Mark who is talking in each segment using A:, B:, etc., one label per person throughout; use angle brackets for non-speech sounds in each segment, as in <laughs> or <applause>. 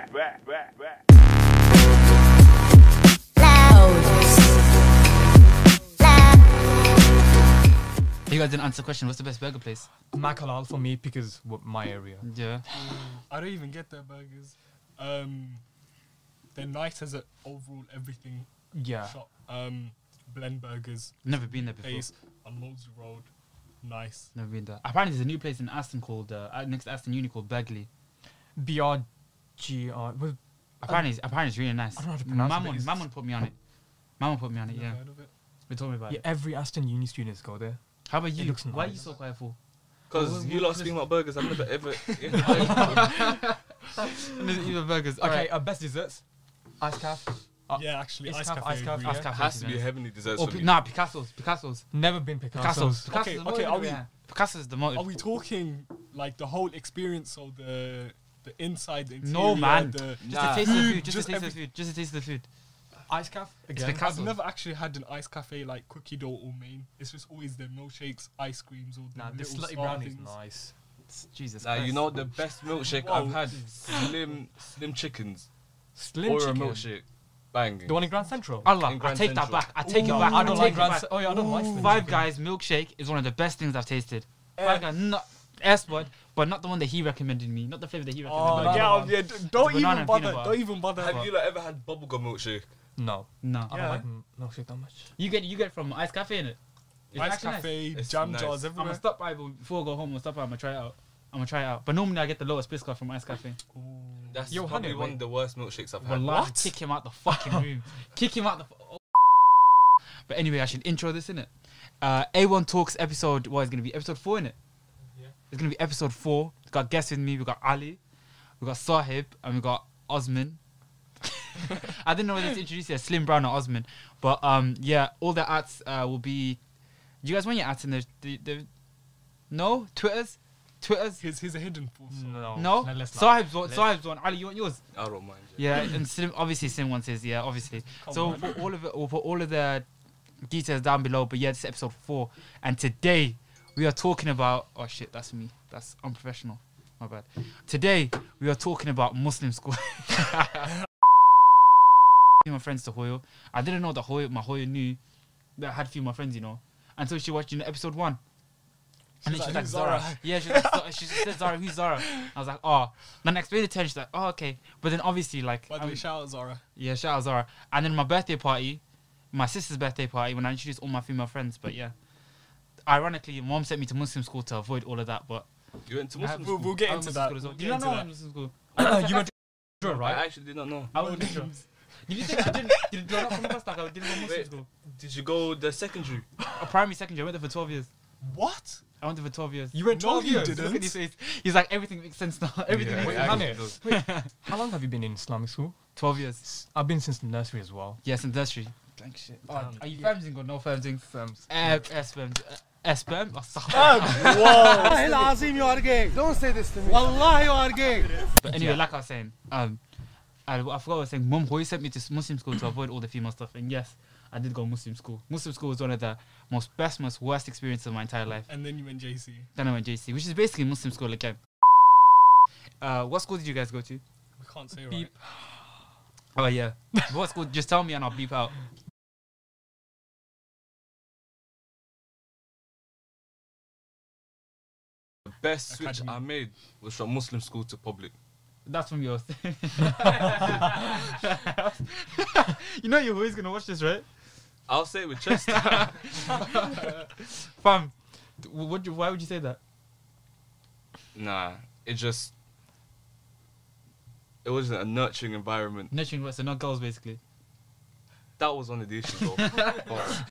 A: back, back, back.
B: You guys didn't answer the question. What's the best burger place?
C: Makalal for me because w- my area.
B: Yeah.
D: I don't even get their burgers. Um, they're nice as an overall everything
C: Yeah.
D: shop. Um, Blend Burgers,
B: Never been there before.
D: place on Lords Road, nice.
B: Never been there. Apparently, there's a new place in Aston called uh, uh, next to Aston Uni called Burgley.
C: BRGR. Well,
B: Apparently, it's, apparently it's really nice.
C: I don't know how to pronounce it, but
B: Mammon,
C: it's-
B: Mammon put me on it. Mammon put me on it.
D: Never
B: Yeah,
D: heard of it.
B: we told me about
C: yeah,
B: it.
C: every Aston Uni students go there.
B: How about you?
C: looks
B: Why are you
C: nice.
B: so quiet for?
E: Because you lot speaking about burgers, I've never
C: <laughs>
E: ever.
B: Even burgers.
C: Okay,
B: Okay.
C: uh, best desserts. Ice calf. Uh,
D: yeah, actually,
C: it's
D: Ice
C: Caf-
D: Cafe.
C: Ice Caf-
D: agree,
B: Ice
D: yeah.
B: Cafe
E: has
B: is
E: to be
B: nice.
E: heaven desserts
B: Or
E: for
B: Pi-
E: me.
B: Oh, nah, Picasso's. Picasso's.
C: Never been Picasso's.
B: Picasso's. Picasso's.
D: Okay,
B: is
D: okay,
B: motivated
D: are we-
B: there. Picasso's the motive.
D: Are we talking like the whole experience or the the inside, the interior?
B: No, man.
D: The,
B: Just a taste of the food. Just,
D: just
B: a taste of
D: every-
B: the food. Just a taste of the food.
C: Ice calf.
B: It's
C: Again.
D: I've
B: Picasso's.
D: never actually had an ice cafe like cookie dough or main. It's just always the milkshakes, ice creams, or the
C: Nah, the
D: little
C: slutty
D: star
C: brownies.
D: things.
C: Nice.
B: Jesus.
E: Nah, you
B: Christ.
E: know the best milkshake I've had slim slim chickens
C: Slim
E: or
C: chicken.
E: a milkshake. Banging.
C: The one in Grand Central.
B: Allah,
E: In
B: I
E: Grand
B: take that
E: Central.
B: back. I take it
C: Ooh,
B: back.
C: I don't
B: take
C: like
B: it
C: Grand. Eh.
B: back.
C: Ce- Oh yeah, I don't like Slim
B: Five
C: chicken.
B: Guys milkshake is one of the best things I've tasted. Five Guys, not S word, but not the one that he recommended me. Not the flavor that he
D: Oh,
B: recommended. me.
C: no.
D: yeah,
C: Banana.
D: yeah. d- Don't
B: It's banana
D: even
B: and
D: bother.
B: peanut butter.
D: Don't even bother.
E: Have you like, ever had bubblegum milkshake?
C: No,
B: No,
C: I
D: Yeah.
C: don't like m- milkshake that much.
B: you get you get from Ice Cafe in it.
D: Ice cafe,
E: It's
D: jam
E: nice.
D: jars
B: I'm
D: everywhere.
B: gonna stop by but before I go home. I'm gonna stop by. I'm gonna try it out. I'm gonna try it out. But normally I get the lowest biscuit from Ice Cafe.
E: That's
C: Yo,
E: probably
C: honey,
E: one
C: wait.
E: of the worst milkshakes I've had.
B: Wallah, Kick him out the
C: <laughs>
B: fucking room. Kick him out the. Fu- but anyway, I should intro this in it. Uh, A1 Talks episode. What is going to be episode four in it? It's going to be episode four. We've got guests with me. We've got Ali, we've got Sahib, and we've got Osman. <laughs> I didn't know whether to introduce you as Slim Brown or Osman, but um, yeah, all the ads uh, will be. Do you guys want your ads in the, the, the no Twitters, Twitters?
D: Here's here's a hidden force.
C: No,
B: No,
C: let- let's not.
B: Sahib's one. Sahib's one. Ali, you want yours?
E: I don't mind. yeah.
B: Yeah, and Sim, obviously Sim one says yeah, obviously. so we'll put all of it, we'll put all of the details down below. But yeah, it's episode four, and today we are talking about. Oh shit, that's me. That's unprofessional. My bad. Today we are talking about Muslim school. <laughs> my friends to Hoyo. I didn't know that Hoyo, my Hoyo knew that I had a few of my friends, you know. And so she watched, you know, episode one. And
D: She's
B: then
D: like,
B: she's
D: "Who's
B: like, Zara.
D: Zara?"
B: <laughs> Yeah, she, was like, Zara- she said, Zara, who's Zara? I was like, oh. Then I explained it to her, she's like, oh, okay. But then obviously, like,
D: By the
B: I
D: way,
B: mean-
D: shout out Zara.
B: yeah, shout out Zara. And then my birthday party, my sister's birthday party, when I introduced all my female friends, but yeah. Ironically, mom sent me to Muslim school to avoid all of that, but
E: You went to
B: I
E: Muslim
B: have-
D: We'll,
E: school?
D: we'll get
B: I
D: into
B: was
D: that.
B: Muslim
D: We'll
B: school as well. You
D: get
B: don't
D: into
B: know
D: that.
B: I'm Muslim school.
C: you went to
E: I
C: right?
E: actually did not know.
B: I was intro. Did you think I didn't? Did you not come across like I didn't go Muslim
E: Wait.
B: school?
E: Did you go the secondary?
B: A primary, secondary. I went there for twelve years.
D: What?
B: I went there for twelve years.
C: You went
D: No,
C: 12
D: you
C: years.
D: didn't.
B: Look at his face. <laughs> He's like everything makes sense now. <laughs> Everything.
E: Yeah,
B: Makes
C: Wait,
E: I
C: Hanif,
E: actually did.
C: How long have you been in Islamic school?
B: Twelve years.
C: I've been since nursery as well.
B: Yes, in tertiary.
C: Thank shit.
F: Um,
B: Oh, are you firming or no firming?
C: Firms.
B: Uh, S firm. S firm. Oh, <laughs>
F: والله العظيم you are gay. Oh, Don't say this to me. والله you are gay.
B: But anyway, like I was saying, um, I, I forgot what I was saying. Mum always sent me to s- Muslim school to avoid all the female stuff, and yes, I did go Muslim school. Muslim school was one of the most best, most worst experiences of my entire life.
D: And then you went JC.
B: Then I went JC, which is basically Muslim school again. Uh, what school did you guys go to?
D: We can't say right.
C: Beep.
B: Oh yeah, what school? Just tell me and I'll beep out.
E: The best switch
D: Academy.
E: I made was from Muslim school to public.
B: That's from yours. <laughs> you know you're always gonna watch this, right?
E: I'll say it with
C: <laughs>
E: chest.
B: Fam, th- what? do- Why would you say that?
E: nah, it just. It wasn't a nurturing environment.
B: Nurturing words, so not girls, basically.
E: That was one of the issues though. But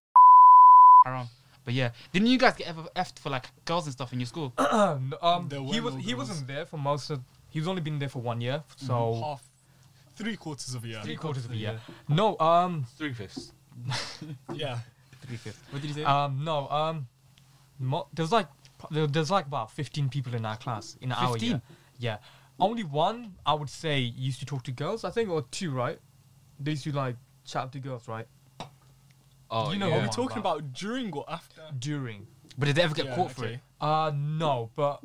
B: Haram. But yeah, didn't you guys get ever effed for like girls and stuff in your <coughs> school?
C: Um, um,
D: There
C: he
D: were
C: was
D: no
C: he
D: girls.
C: wasn't there for most of. He's only been there for one year, so
D: Half, three quarters of a year.
C: three quarters of a year. No, um,
E: three fifths.
D: Yeah.
B: What did you say?
C: um, no, um, mo- there's like pro- there- there's like about fifteen people in our class in our
B: 15?
C: year. Yeah, only one I would say used to talk to girls. I think or two, right? They used to like chat up to girls, right?
E: Oh,
C: You know
E: yeah.
D: Are we
C: Yeah.
D: talking about during or after?
C: During.
B: but did they ever get
D: Yeah,
B: caught for
D: okay.
B: it?
C: Uh, no, but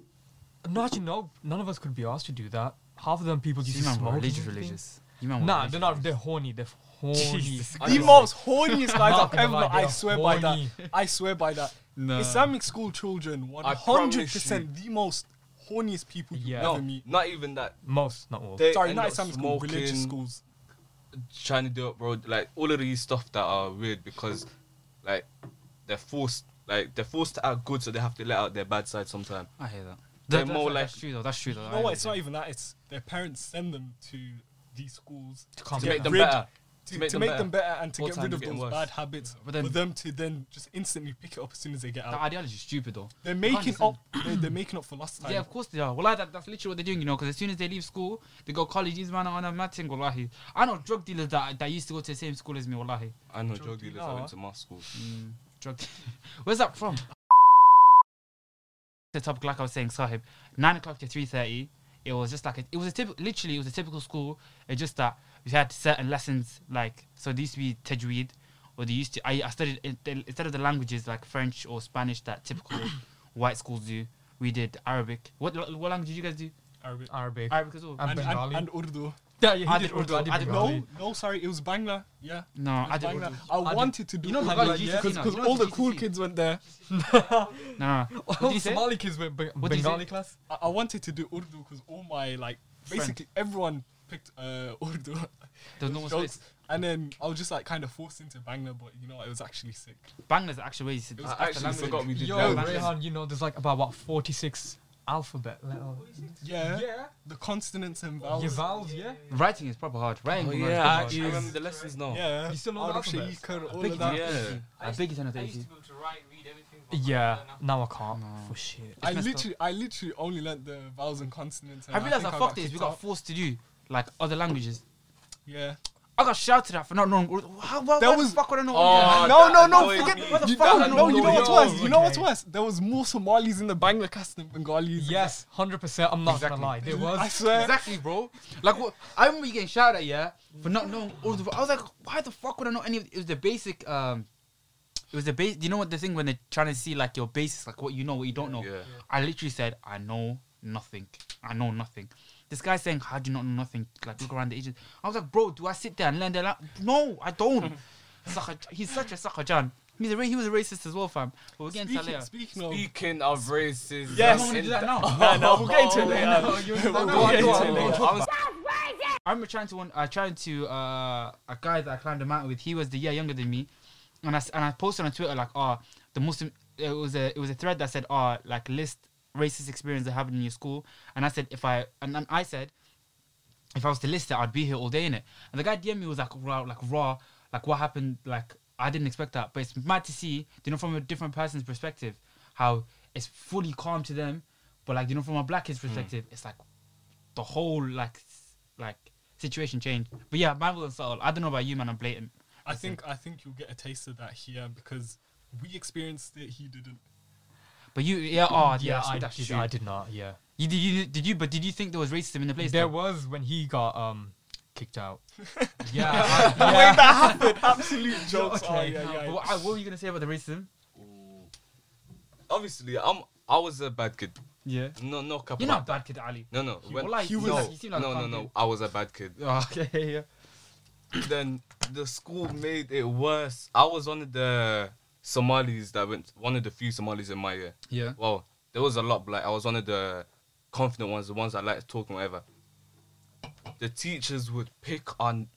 C: no, actually, no. None of us could be asked to do that. half of them people
B: You
C: used to
B: man were
C: smoke. and
B: religious,
C: everything.
B: religious. You man were
C: Nah,
B: religious.
C: they're not. They're horny. They're horny.
B: Jesus
C: I
D: The
C: don't
D: most horniest guys
C: Not
D: I've
C: gonna
D: ever
C: lie,
D: met. I
C: they're
D: swear by that.
C: horny.
D: <laughs> I swear by that.
B: Nah.
D: Islamic school children, one
E: I promise
D: hundred percent, the most horniest people you
C: Yeah.
D: ever
E: No,
D: meet.
E: not even that.
C: Most, not all.
E: They
D: Sorry,
E: end
D: not
E: up
D: Islamic school, religious
E: smoking,
D: schools.
E: trying to do it, bro. Like all of these stuff that are weird because, like, they're forced. Like they're forced to act good, so they have to let out their bad side sometimes.
B: I hear that.
E: They're
B: That- that's-
E: more
B: that's
E: like-
B: true though. That's true though.
D: You
B: I
D: know what?
B: hear
D: It's
B: that.
D: not even that. It's their parents send them to these schools to,
C: calm
E: To
D: get
E: make them
D: rid, To,
E: better.
D: to make, them, better. and to
E: All
D: get
E: time
D: rid
E: they're
D: of
E: getting
D: those
E: worse.
D: bad habits
B: But then-
D: for them to then just instantly pick it up as soon as they get
B: That
D: out.
B: ideology is stupid though.
D: They're
B: You can't
D: making
B: just-
D: up. they're, they're making up for lost time.
B: Yeah, of course they are. Wallahi, that, that's literally what they're doing, you know, because as soon as they leave school, they go college. These man are on a mad thing, wallahi. I know drug dealers that, that used to go to the same school as me, wallahi.
E: I know
D: Drug
E: drug
D: dealer,
E: dealers that
D: huh?
E: went to my school.
B: Mm, drug <laughs> de- Where's that from? the topic, like I was saying, Sahib, 9 o'clock to 3.30, it was just like, a, it was a typical, literally, it was a typical school. It's just that we had certain lessons, like, so these used to be tajweed, or they used to, I, I studied, in- the- instead of the languages like French or Spanish that typical <coughs> white schools do, we did Arabic. What, what language did you guys do?
D: Arabic.
C: Arabic.
B: Arabic as well.
C: Um,
D: And, and,
C: Bengali.
D: and Urdu.
C: yeah, yeah, he
B: I
C: did
B: did Urdu,
C: Urdu, I did
B: I did
C: Bengali.
B: Urdu.
D: No, no, sorry, it was Bangla. Yeah.
B: no,
D: it was
B: I did
D: Bangla.
B: Urdu.
D: I,
C: I did-
D: wanted to do
C: You know
D: Urdu
C: Bangla,
D: because
C: yeah?
B: You know,
D: because
B: you know
D: all the
B: GCC.
D: cool kids went there.
B: No, no, no. What did
C: All
B: you say?
C: Somali kids went Be-
B: did you say?
C: Bengali class.
D: I, I wanted to do Urdu because all my like basically everyone picked uh, <laughs> Urdu.
B: There's no more
D: jokes.
B: space.
D: And then I was just like kind of forced into Bangla, but you know it was actually sick.
B: Bangla's actually where you said.
D: It was
E: I actually
D: language.
E: forgot we did
C: Yo,
E: that.
B: Bangla.
C: Oh, Rehan, you know, there's like about what 46 alphabet letters.
D: Yeah. The consonants and
C: Yeah,
D: vowels.
C: vowels, yeah.
B: Writing is proper hard. Writing.
E: Oh
B: is
E: yeah, I
B: proper
E: actually
B: hard.
E: remember the lessons now.
D: Yeah. Oh,
C: You still know
D: Arab
C: the alphabets?
D: Shaikh, all
B: big
D: of that.
E: Yeah.
B: I think it's another issue.
A: able to write, read everything. but
C: Yeah.
A: now-
C: Now I can't.
B: No.
C: For shit.
D: I
B: messed up.
D: literally, I literally only learnt the vowels and consonants. And
B: I realized I,
D: think got
B: fucked this. We
D: kicked
B: got
D: out.
B: forced to do like other languages.
D: Yeah.
B: I got shouted at for not knowing. Urdu. How? Why,
D: There
B: why
D: was-
B: the fuck would I know?
E: Oh,
B: Urdu?
D: no, no,
E: that
D: no!
E: annoyed
D: Forget.
E: me.
B: What the
D: You,
B: fuck?
D: that, no, you know what's
C: Yo,
D: worse? You know what's
C: okay.
D: worse? There was more Somalis in the Bangla cast than Bengalis.
C: Yes, 100%. I'm not
B: Exactly.
C: gonna lie. There
D: I
C: was.
D: swear.
B: Exactly, bro. Like, what, I remember you getting shouted at, yeah, for not knowing Urdu. I was like, why the fuck would I know any of it? was the basic, um, it was the base. You know what the thing when they're trying to see like your basis, like what you know, what you don't know.
E: Yeah.
B: I literally said, I know nothing. I know nothing. This guy's saying, How do you not know nothing? Like, look around the ages. I was like, Bro, do I sit there and learn that? la- No, I
D: <laughs>
B: don't. Sucker- He's such a sucker, John. He's a ra- he was a racist as well, fam. But we're getting to that
D: Speaking,
B: later.
D: speaking of
E: Speaking of racism,
D: Yes.
B: I'm gonna do that now.
D: <laughs> No, no, we'll get into it later.
B: No,
D: We'll
B: no,
D: get
B: I know,
D: into
B: I
D: it
B: know.
D: later.
B: I was- I remember trying to one. I tried to uh, a guy that I climbed a mountain with. He was the year younger than me, and I s- and I posted on Twitter like, "Ah, the Muslim." It was a it was a thread that said, "Ah, like list racist experience that happened in your school." And I said, "If I and, and I said, if I was to list it, I'd be here all day in it." And the guy DM me was like, "Raw, like raw, like what happened? Like I didn't expect that." But it's mad to see, you know, from a different person's perspective, how it's fully calm to them, but like you know, from a black kid's perspective, it's like the whole like s- like situation changed. But yeah, mine was subtle. I don't know about you, man. I'm blatant.
D: I think I think you'll get a taste of that here because we experienced it. He didn't.
B: But you, yeah, oh, yeah,
C: <laughs> Yeah,
B: that's,
C: I
B: that's
C: did,
B: true.
C: I did not. Yeah.
B: You did, you did you? But did you think there was racism in the place?
C: There
B: though?
C: was when he got um kicked out. yeah. I, yeah.
D: Absolute <laughs> jokes.
C: Okay.
D: Oh, yeah, yeah,
B: But
D: yeah.
B: What, I- what were you gonna say about the racism?
E: Ooh. <laughs> Obviously, I'm. I was a bad kid.
B: Yeah,
E: No, no, couple.
B: you're not a bad kid, Ali.
E: No, <laughs> no.
B: You-
E: when-
B: well, like,
D: he
B: you
D: was-
B: like- you seem like a
E: no, no,
B: calm
E: no.
B: kid.
E: I was a bad kid. <clears throat>
B: Oh, okay, yeah.
E: then the school made it worse. I was one of the Somalis that went, one of the few Somalis in my year.
B: Yeah.
E: Well, there was a lot, but like I was one of the confident ones, the ones that liked talking, whatever. The teachers would pick on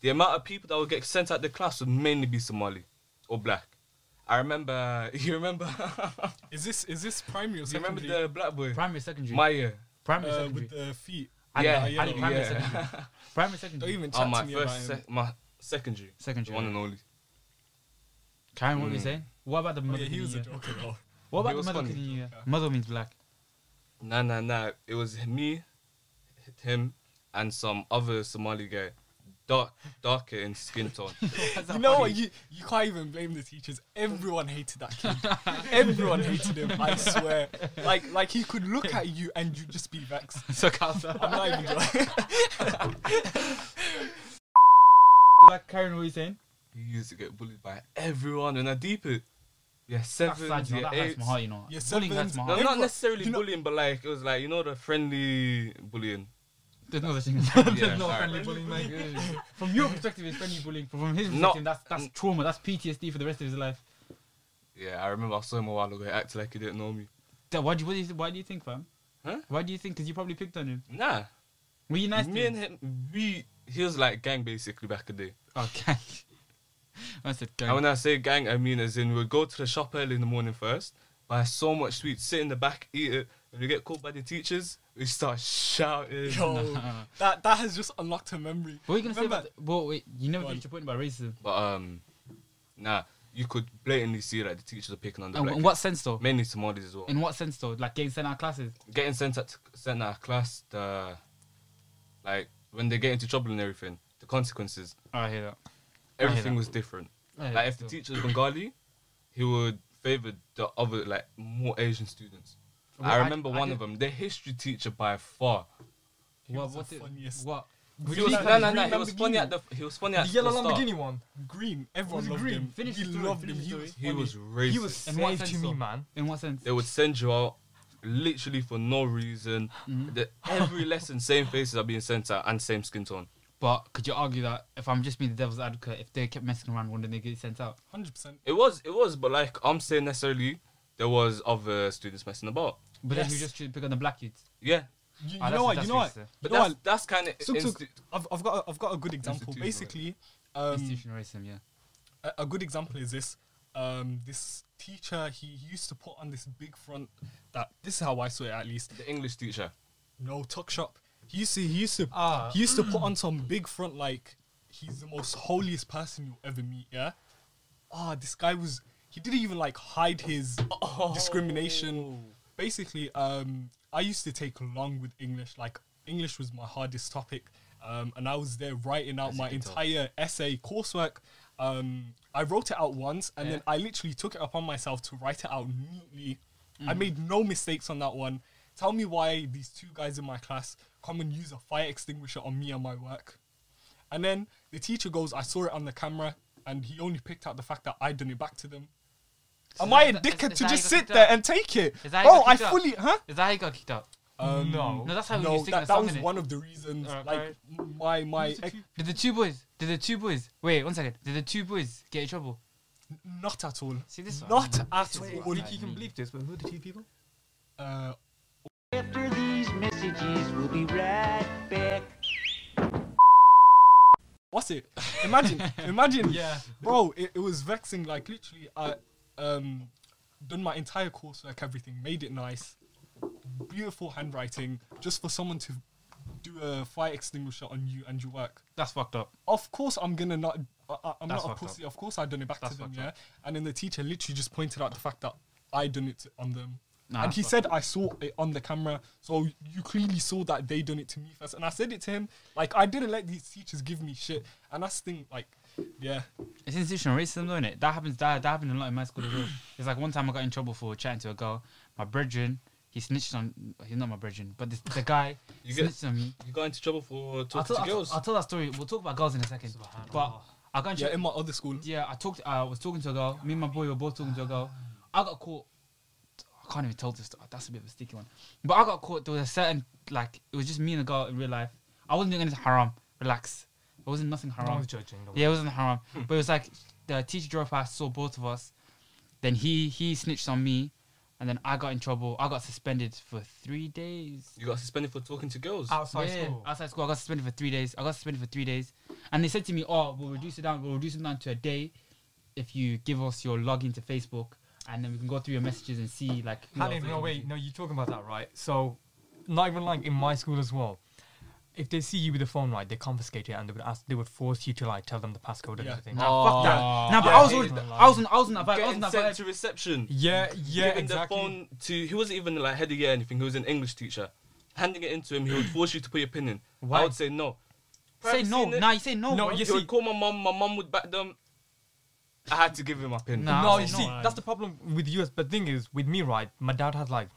E: the amount of people that would get sent out the class would mainly be Somali or black. I remember, <laughs> you remember,
D: Is this is this primary or
E: you remember
D: secondary?
E: the black boy,
B: Primary, secondary,
E: my year.
B: primary,
D: uh,
B: secondary.
D: with the feet.
B: Ali,
E: yeah,
B: Ali,
D: yellow,
B: primary,
E: yeah.
B: secondary. primary, secondary.
D: Don't even chat
E: Oh, my
D: to me
E: first,
D: about him.
E: sec- my secondary,
B: Secondary,
E: The one
B: yeah.
E: and only.
B: Karen, what were you
E: Mm.
B: saying? What about the
D: Oh,
B: mother?
D: yeah, he
B: kid
D: was
B: in
D: a
B: you?
D: joker <laughs> though.
B: What
E: He
B: about the
E: was
B: mother?
E: funny.
B: kid in you?
D: Yeah.
B: Mother means black.
E: Nah, nah, nah. It was me, him, and some other Somali guy, dark, darker in
B: <laughs>
E: skin tone.
D: You know what? You you can't even blame the teachers. Everyone hated that kid. <laughs> Everyone hated him. I swear. Like like he could look at you and you'd just be vexed.
B: <laughs> So, Kasa.
D: I'm not even
B: <laughs>
D: joking.
B: Like Karen, what were you saying?
E: he used to get bullied by everyone, and I deep it. Yeah,
B: That's
E: seven,
B: sad, you know.
E: yeah,
B: That hurts
E: eight.
B: my heart, you know.
D: Yeah,
E: <laughs>
B: Bullying hurts
D: sevens.
B: my
E: No,
B: heart.
E: not necessarily
D: You know-
E: bullying, but like it was like you know the friendly bullying.
B: There's no such thing as that.
E: Yeah,
B: There's <laughs> no
E: alright.
B: friendly bullying, man. <laughs> From your perspective, it's friendly bullying. From his perspective, that's that's trauma. That's PTSD for the rest of his life.
E: Yeah, I remember I saw him a while ago. He acted like he didn't know me.
B: Dad, why do you, what do you why do you think, fam?
E: Huh?
B: Why do you think? Because you probably picked on him.
E: Nah,
B: Were you nice?
E: me
B: to him?
E: and him, we he was like gang basically back in the day.
B: Oh, <laughs> gang. I said gang.
E: And when I say gang, I mean as in we'd go to the shop early in the morning first, buy so much sweets, sit in the back, eat it. When we get caught by the teachers, we start shouting.
D: Yo, that that has just unlocked her memory.
B: what were you gonna
D: Remember-
B: say? About the, well, wait, you never
D: Go on.
B: finished your point about racism.
E: But um, nah, you could blatantly see like the teachers are picking on the
B: And
E: black
B: in what sense though?
E: kids, mainly Somalis as well.
B: In what sense though? Like getting sent out of classes.
E: getting sent out sent out of class, the like when they get into trouble and everything, the consequences,
B: Oh, I hear that. hear
E: everything
B: that.
E: was different.
B: I hear
E: Like
B: that
E: if the
B: still.
E: teacher was Bengali, he would favor the other like more Asian students.
B: Well,
E: I
B: I-
E: remember
B: I
E: one
B: did-
E: of them, the history teacher by far.
B: what?
D: was the
B: What? did-
D: funniest.
B: What?
E: He was,
C: like
E: no,
C: the
E: no, no,
C: green
E: he was funny
C: Lamborghini?
E: at the he was funny
C: The
E: at
C: yellow
E: the start.
C: Lamborghini one.
D: Green. Everyone
C: Was it
D: loved
C: green?
D: him.
B: Finish
D: he
B: the story,
D: loved
B: finish
D: him.
B: the
D: He
B: story.
D: was
E: He
D: funny.
E: was racist.
C: He was
B: In what
C: slave to
B: sense,
C: me,
B: though?
C: man.
B: In what sense?
E: they would send you out literally for no reason.
B: Mm-hmm.
E: The-
B: <laughs>
E: every lesson, same faces are being sent out and same skin tone.
B: But could you argue that if I'm just being the devil's advocate, if they kept messing around, wouldn't they get sent out?
D: hundred percent.
E: It was, it was, but like I'm saying necessarily, there was other students messing about.
B: But then you
D: Yes.
B: just should pick on the black youths.
E: Yeah,
D: You, you
B: Ah, that's-
D: know what?
B: that's
D: You know what?
B: racist.
E: but
D: You know
E: that's
D: what?
E: that's kind of
D: Suk, Suk, I've, I've got a, I've got a good example.
E: Institutional,
D: Basically, um,
B: Institutional racism, yeah.
D: a, a good example is this. Um, this teacher he, he used to put on this big front that this is how I saw it at least.
E: the English teacher.
D: No tuck shop. He used to he used to
C: Ah.
D: he used to put on some big front like he's the most holiest person you'll ever meet. Yeah. Ah, this guy was. He didn't even like hide his discrimination. Basically, um, I used to take long with English. Like English was my hardest topic, um, and I was there writing out
E: As you
D: my
E: can tell.
D: entire essay coursework. Um, I wrote it out once, and then
B: Yeah.
D: I literally took it upon myself to write it out neatly. I made no mistakes on that one. Tell me why these two guys in my class come and use a fire extinguisher on me and my work. And then the teacher goes, I saw it on the camera, and he only picked out the fact that I done it back to them. Am
B: that-
D: I a
B: that- is-
D: dickhead
B: is
D: to
B: that how
D: just
B: you got
D: sit
B: kicked
D: there
B: out?
D: and take it?
B: Is that how you
D: Bro,
B: got
D: I
B: kicked out?
D: fully, huh?
B: Is that how you got kicked out?
D: Um,
C: no.
B: No, that's how you
D: no,
B: sing the
D: that, that
B: song.
D: was
B: innit?
D: one of the reasons.
C: Alright,
D: like
C: alright.
D: my my
C: Who's the
D: ex-
C: two-
B: Did the two boys? Did the two boys? Wait, one second. Did the two boys get in trouble?
D: not at all.
B: See this one?
D: Not at
B: Wait,
D: all.
B: wait.
C: You can believe this, but who are the two people?
D: Uh,
A: After these messages, we'll be right back.
D: what's it?
B: <laughs>
D: Imagine, imagine,
C: Yeah.
D: bro. It, it was vexing. Like literally, I um done my entire coursework, everything, made it nice, beautiful handwriting, just for someone to do a fire extinguisher on you and your work.
B: That's fucked up.
D: Of course, I'm gonna not. I, I- I'm
B: That's
D: not a
B: fucked up.
D: pussy. Of course, I done it back
B: That's
D: to them.
B: fucked
D: Yeah,
B: up.
D: and then the teacher literally just pointed out the fact that I done it on them.
B: Nah,
D: and
B: that's
D: he
B: fucked
D: said I saw it on the camera, so you clearly saw that they done it to me first. And I said it to him, like I didn't let these teachers give me shit. And that's the thing, like, yeah,
B: It's institutional racism, though, innit? That happens. That, that happened a lot in my school
D: <clears throat>
B: as well. It's like one time I got in trouble for chatting to a girl. My brethren, he snitched on. He's not my brethren, but this, the guy
D: <laughs>
E: You get-
B: snitched on me.
E: You got into trouble for talking
B: I'll tell,
E: to
B: I'll,
E: girls.
B: I'll tell that story. We'll talk about girls in a second. But I got in
D: yeah.
B: trouble.
D: In my other school,
B: Yeah, I talked. I was talking to a girl. Me and my boy were both talking to a girl. I got caught. I can't even tell this. sto- That's a bit of a sticky one. But I got caught. There was a certain like it was just me and a girl in real life. I wasn't doing anything haram. Relax. It wasn't nothing
C: No
B: haram.
C: one's Hmm. judging. don't
B: Yeah, it wasn't haram. but it was like the teacher drove past, saw both of us. Then he he snitched on me, and then I got in trouble. I got suspended for three days.
E: you got suspended for talking to girls.
C: worry.
B: Oh,
C: Outside
B: Yeah,
C: school.
B: Outside school, I got suspended for three days. I got suspended for three days, and they said to me, "Oh, we'll reduce it down. We'll reduce it down to a day, if you give us your login to Facebook, and then we can go through your messages and see like." who
C: Hanif,
B: else is
C: no,
B: on
C: wait,
B: you."
C: no, you're talking about that, right? So, not even like in my school as well. If they see you with a phone, right, they confiscate it and they would ask, they would force you to like tell them the passcode and
D: Yeah.
C: everything.
B: Nah, fuck that.
E: Oh.
B: Nah, but
E: Yeah,
B: I was,
E: I
B: already,
C: hated that.
B: I was, in, I was in that vibe. I was in
E: Getting
B: that
E: sent
B: vibe.
E: to reception.
C: Yeah, yeah,
E: giving
C: exactly.
E: the phone to he wasn't even like head of year or anything. He was an English teacher. Handing it into him, he would force you to put your pin in.
C: Why?
E: I would say no.
B: Say
E: Privacy,
B: no.
E: innit?
B: Nah, you say no.
C: No,
B: bro.
C: you
E: He
C: see-
E: would call my mum. My mum would back them. I had to give him my pin.
B: Nah.
C: no,
B: I
C: you
B: was
C: see,
B: annoyed.
C: that's the problem with you. But the thing is, with me, right, my dad had like,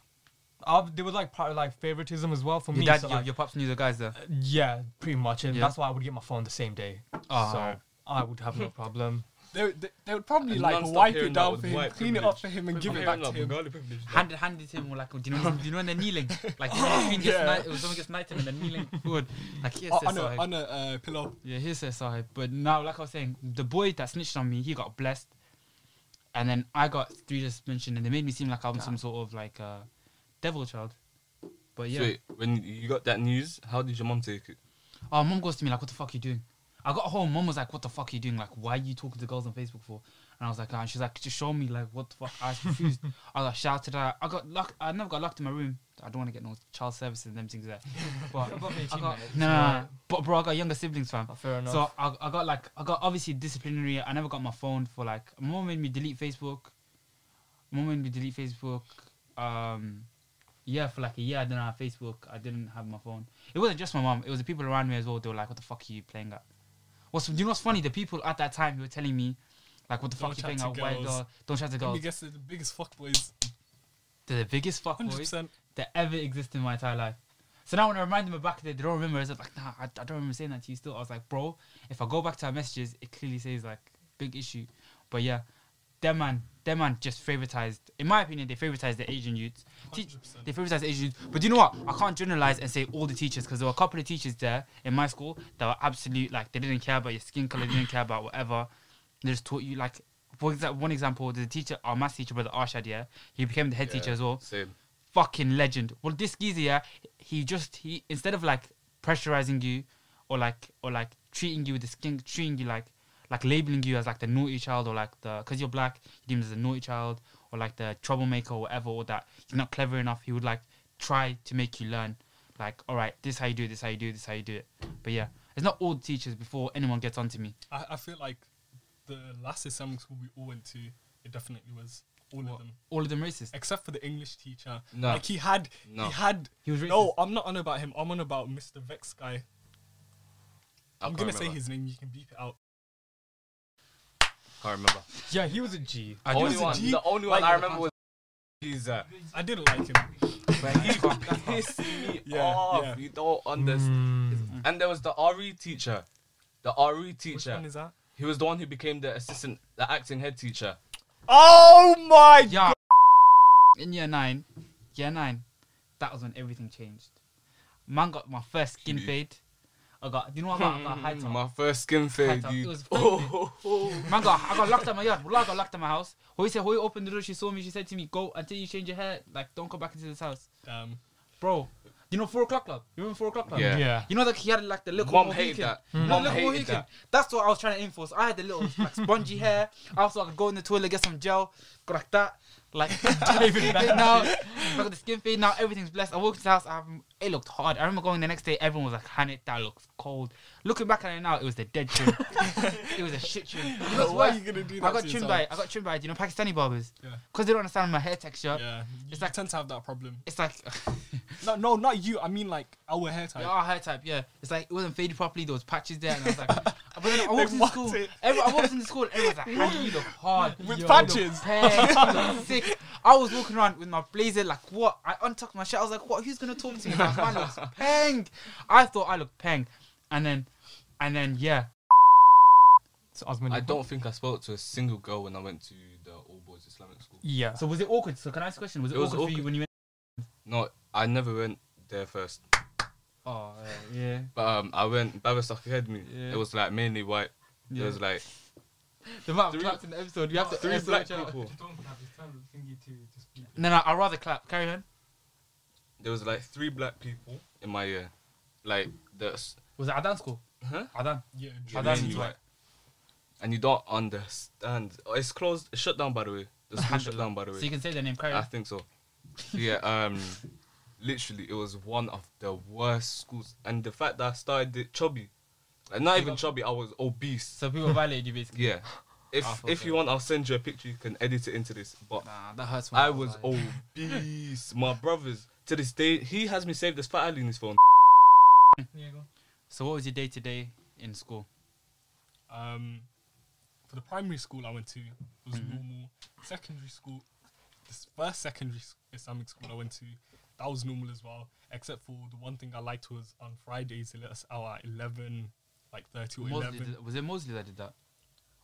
C: uh, there was like probably like favoritism as well for
B: Your
C: me.
B: dad,
C: so,
B: your,
C: like,
B: your pops knew the guys there.
C: yeah, pretty much, and
B: Yeah.
C: that's why I would get my phone the same day.
B: Ah.
C: so I would have no problem.
D: They, would- they, they would probably
E: And
D: like
E: non-stop
D: wipe it
E: hearing
D: down
E: that
D: for
E: with
D: him,
E: white
D: clean it
E: privilege.
D: up for him, and
E: I'm
D: give it
E: hearing
D: back
E: that
D: to him.
E: Bengali privilege.
B: Handed handed him or like do you know when- do you know when they're kneeling like you know, when someone gets
D: Yeah. Oh,
B: knight- when someone gets knighted and they're kneeling forward like here's
D: O-
B: this
D: on a,
B: side.
D: on a uh, pillow.
B: Yeah, here's says side. But now, like I was saying, the boy that snitched on me, he got blessed, and then I got three suspension, and they made me seem like I'm some sort of like uh, devil child. But yeah,
E: So wait, when you got that news, how did your mom take it?
B: oh, mom goes to me like, "What the fuck you doing?" I got home, mom was like, "What the fuck you doing? Like, why are you talking to girls on Facebook for?" And I was like, "Ah," and she's like, "Just show me, like, what the fuck?" I was confused. I got shouted at. I got locked. I never got locked in my room. I don't want to get no child services and them things there. But
C: Above
B: I
C: 18,
B: got,
C: mate.
B: no, no, no, no. But bro, I got younger siblings, fam.
C: Oh, fair enough.
B: So I, I got like I got obviously disciplinary. I never got my phone for like my mom made me delete Facebook. My mom made me delete Facebook. Um, yeah, for like a year I didn't have Facebook. I didn't have my phone. It wasn't just my mom. It was the people around me as well. They were like, "What the fuck are you playing at?" What's you know what's funny? The people at that time who were telling me, like, "What the fuck
D: Don't
B: are you playing
D: chat
B: at?"
D: to
B: Why
D: girls.
B: girl? Don't chat to
D: Let me
B: girls.
D: guess, they're the biggest fuckboys.
B: They're the biggest fuckboys
D: 100%.
B: that ever exist in my entire life. So now when I remind them back there, they don't remember. It's like, nah, I, I don't remember saying that to you still. I was like, bro, if I go back to our messages, it clearly says like big issue. But yeah, them man, them man just favoritized. In my opinion, they favoritized the Asian youths. Te-
D: 100%.
B: they favoritized the Asian youths. But do you know what? I can't generalize and say all the teachers because there were a couple of teachers there in my school that were absolute like they didn't care about your skin color, they didn't care about whatever. They just taught you like. For exa- one example, the teacher, our math teacher, brother Arshad, yeah, he became the head teacher
E: Yeah,
B: as well
E: Same.
B: fucking legend. Well, this geezer, yeah, he just he instead of like pressurizing you, or like or like treating you with the skin, treating you like like labeling you as like the naughty child or like the because you're black, you deemed as a naughty child or like the troublemaker or whatever, or that you're not clever enough. He would like try to make you learn, like all right, this how you do it, this how you do it, this how you do it. But yeah, it's not all teachers before anyone gets onto me.
D: I, I feel like the last Islamic school we all went to, it definitely was all of them,
B: All of them racist.
D: except for the English teacher.
E: No.
D: Like he had,
E: No.
D: he had.
B: He was
D: No,
B: racist.
D: I'm not on about him. I'm on about Mr. Vex guy.
E: I
D: I'm
E: can't
D: gonna say
E: remember.
D: his name. You can beep it out.
E: Can't remember.
C: yeah, he was a G.
B: I
E: only
B: do.
D: was a
E: one.
D: G.
E: The only one
D: Like-
E: I remember was Jesus.
D: I didn't like him.
E: But he pissed me
D: Yeah,
E: off.
D: yeah.
E: You don't understand.
C: Mm.
E: And there was the RE teacher. The RE
D: Which
E: teacher.
D: one is that?
E: He was the one who became the assistant, the acting head teacher.
D: Oh my!
B: Yeah. In year nine, year nine, that was when everything changed. Man got my first skin
E: Gee.
B: fade. I got, you know what I got? I got high top.
E: My first skin fade,
B: High
E: Oh.
B: top. Mm. It
E: you.
B: was
E: <laughs>
B: Man got, I got locked at my yard. Wallah, I got locked at my house. Hoy said, Hoy opened the door. She saw me. She said to me, go until you change your hair. Like, don't come back into this house.
D: Damn.
B: Bro, you know 4 o'clock club? You remember 4 o'clock club?
E: Yeah.
C: Yeah.
B: You know that he had like the little
E: Mom
B: Mohican.
E: hated that.
B: You know,
E: Mom
B: little
E: hated
B: Mohican.
E: that.
B: That's what I was trying to enforce. I had the little like spongy hair. I also I could go in the toilet get some gel, go like that, like <laughs>
D: <laughs>
B: skin fade now. I got the skin fade now. Everything's blessed. I walked into the house. I, it looked hard. I remember going the next day. Everyone was like, "Hanit, that looks cold." Looking back at it now, it was the dead
D: <laughs>
B: trim. it was a shit trim. You know what's
D: Why are
B: worse?
D: you gonna do that?
B: I got
D: to
B: trimmed
D: yourself?
B: by I got trimmed by you know Pakistani barbers
D: Yeah.
B: because they don't understand my hair texture.
D: Yeah,
B: It's
D: it's
B: like-
D: like tend to have that problem.
B: It's like
D: <laughs> No, no, not you. I mean like our hair type.
B: Yeah, our hair type, yeah. It's like it wasn't faded properly. There was patches there, and I was <laughs> like, but then I walked into
D: marked
B: school.
D: it.
B: Every, I walked into school, everyone's like, "How you look hard
D: With
B: you
D: patches.
B: Look pale, you look sick." I was walking around with my blazer, like what? I untucked my shirt. I was like, "What? Who's gonna talk to me?" Like, man <laughs> looks peng. I thought I looked peng, and then, and then yeah,
C: So Osman.
E: I don't think I spoke to a single girl when I went to the All Boys Islamic School.
C: Yeah.
B: So was it awkward? So can I ask a question? Was it,
E: It was
B: awkward, for you
E: awkward.
B: when you went?
E: No, I never went there first.
B: Oh uh, yeah.
E: But um, I went Babastak Academy.
B: Yeah.
E: It was like mainly white.
B: Yeah.
E: It was like
B: The amount of
E: Three-
B: claps in the episode. You have to
E: three
B: edit
E: black
B: it out.
E: people.
B: No, no. I'd rather clap. Carry on.
E: There was like three black people in my year. Like that's
B: Was it Adan school?
E: Huh?
B: Adan.
D: Yeah,
B: Adan.
E: mainly
B: is
E: white.
B: white.
E: and you don't understand. Oh, it's closed. It's shut down by the way. The school shut down by the way.
B: So you can say the name. Carry
E: I
B: on.
E: think so. yeah, um, literally, it was one of the worst schools, and the fact that I started it chubby, like not even chubby, I was obese.
B: So people violated you basically.
E: Yeah, if
B: I feel
E: if you
B: that.
E: want, I'll send you a picture. You can edit it into this. But
B: Nah, that hurts.
E: I was obese. My brothers to this day, he has me saved as Fat Ali in his phone.
B: So what was your day to day in school?
D: um, for the primary school I went to it was normal. Secondary school, this first secondary s- Islamic school I went to, that was normal as well. Except for the one thing I liked was on Fridays they let us out at eleven, like thirty or
B: Mosley
D: eleven.
B: did- was it Mosley that did that?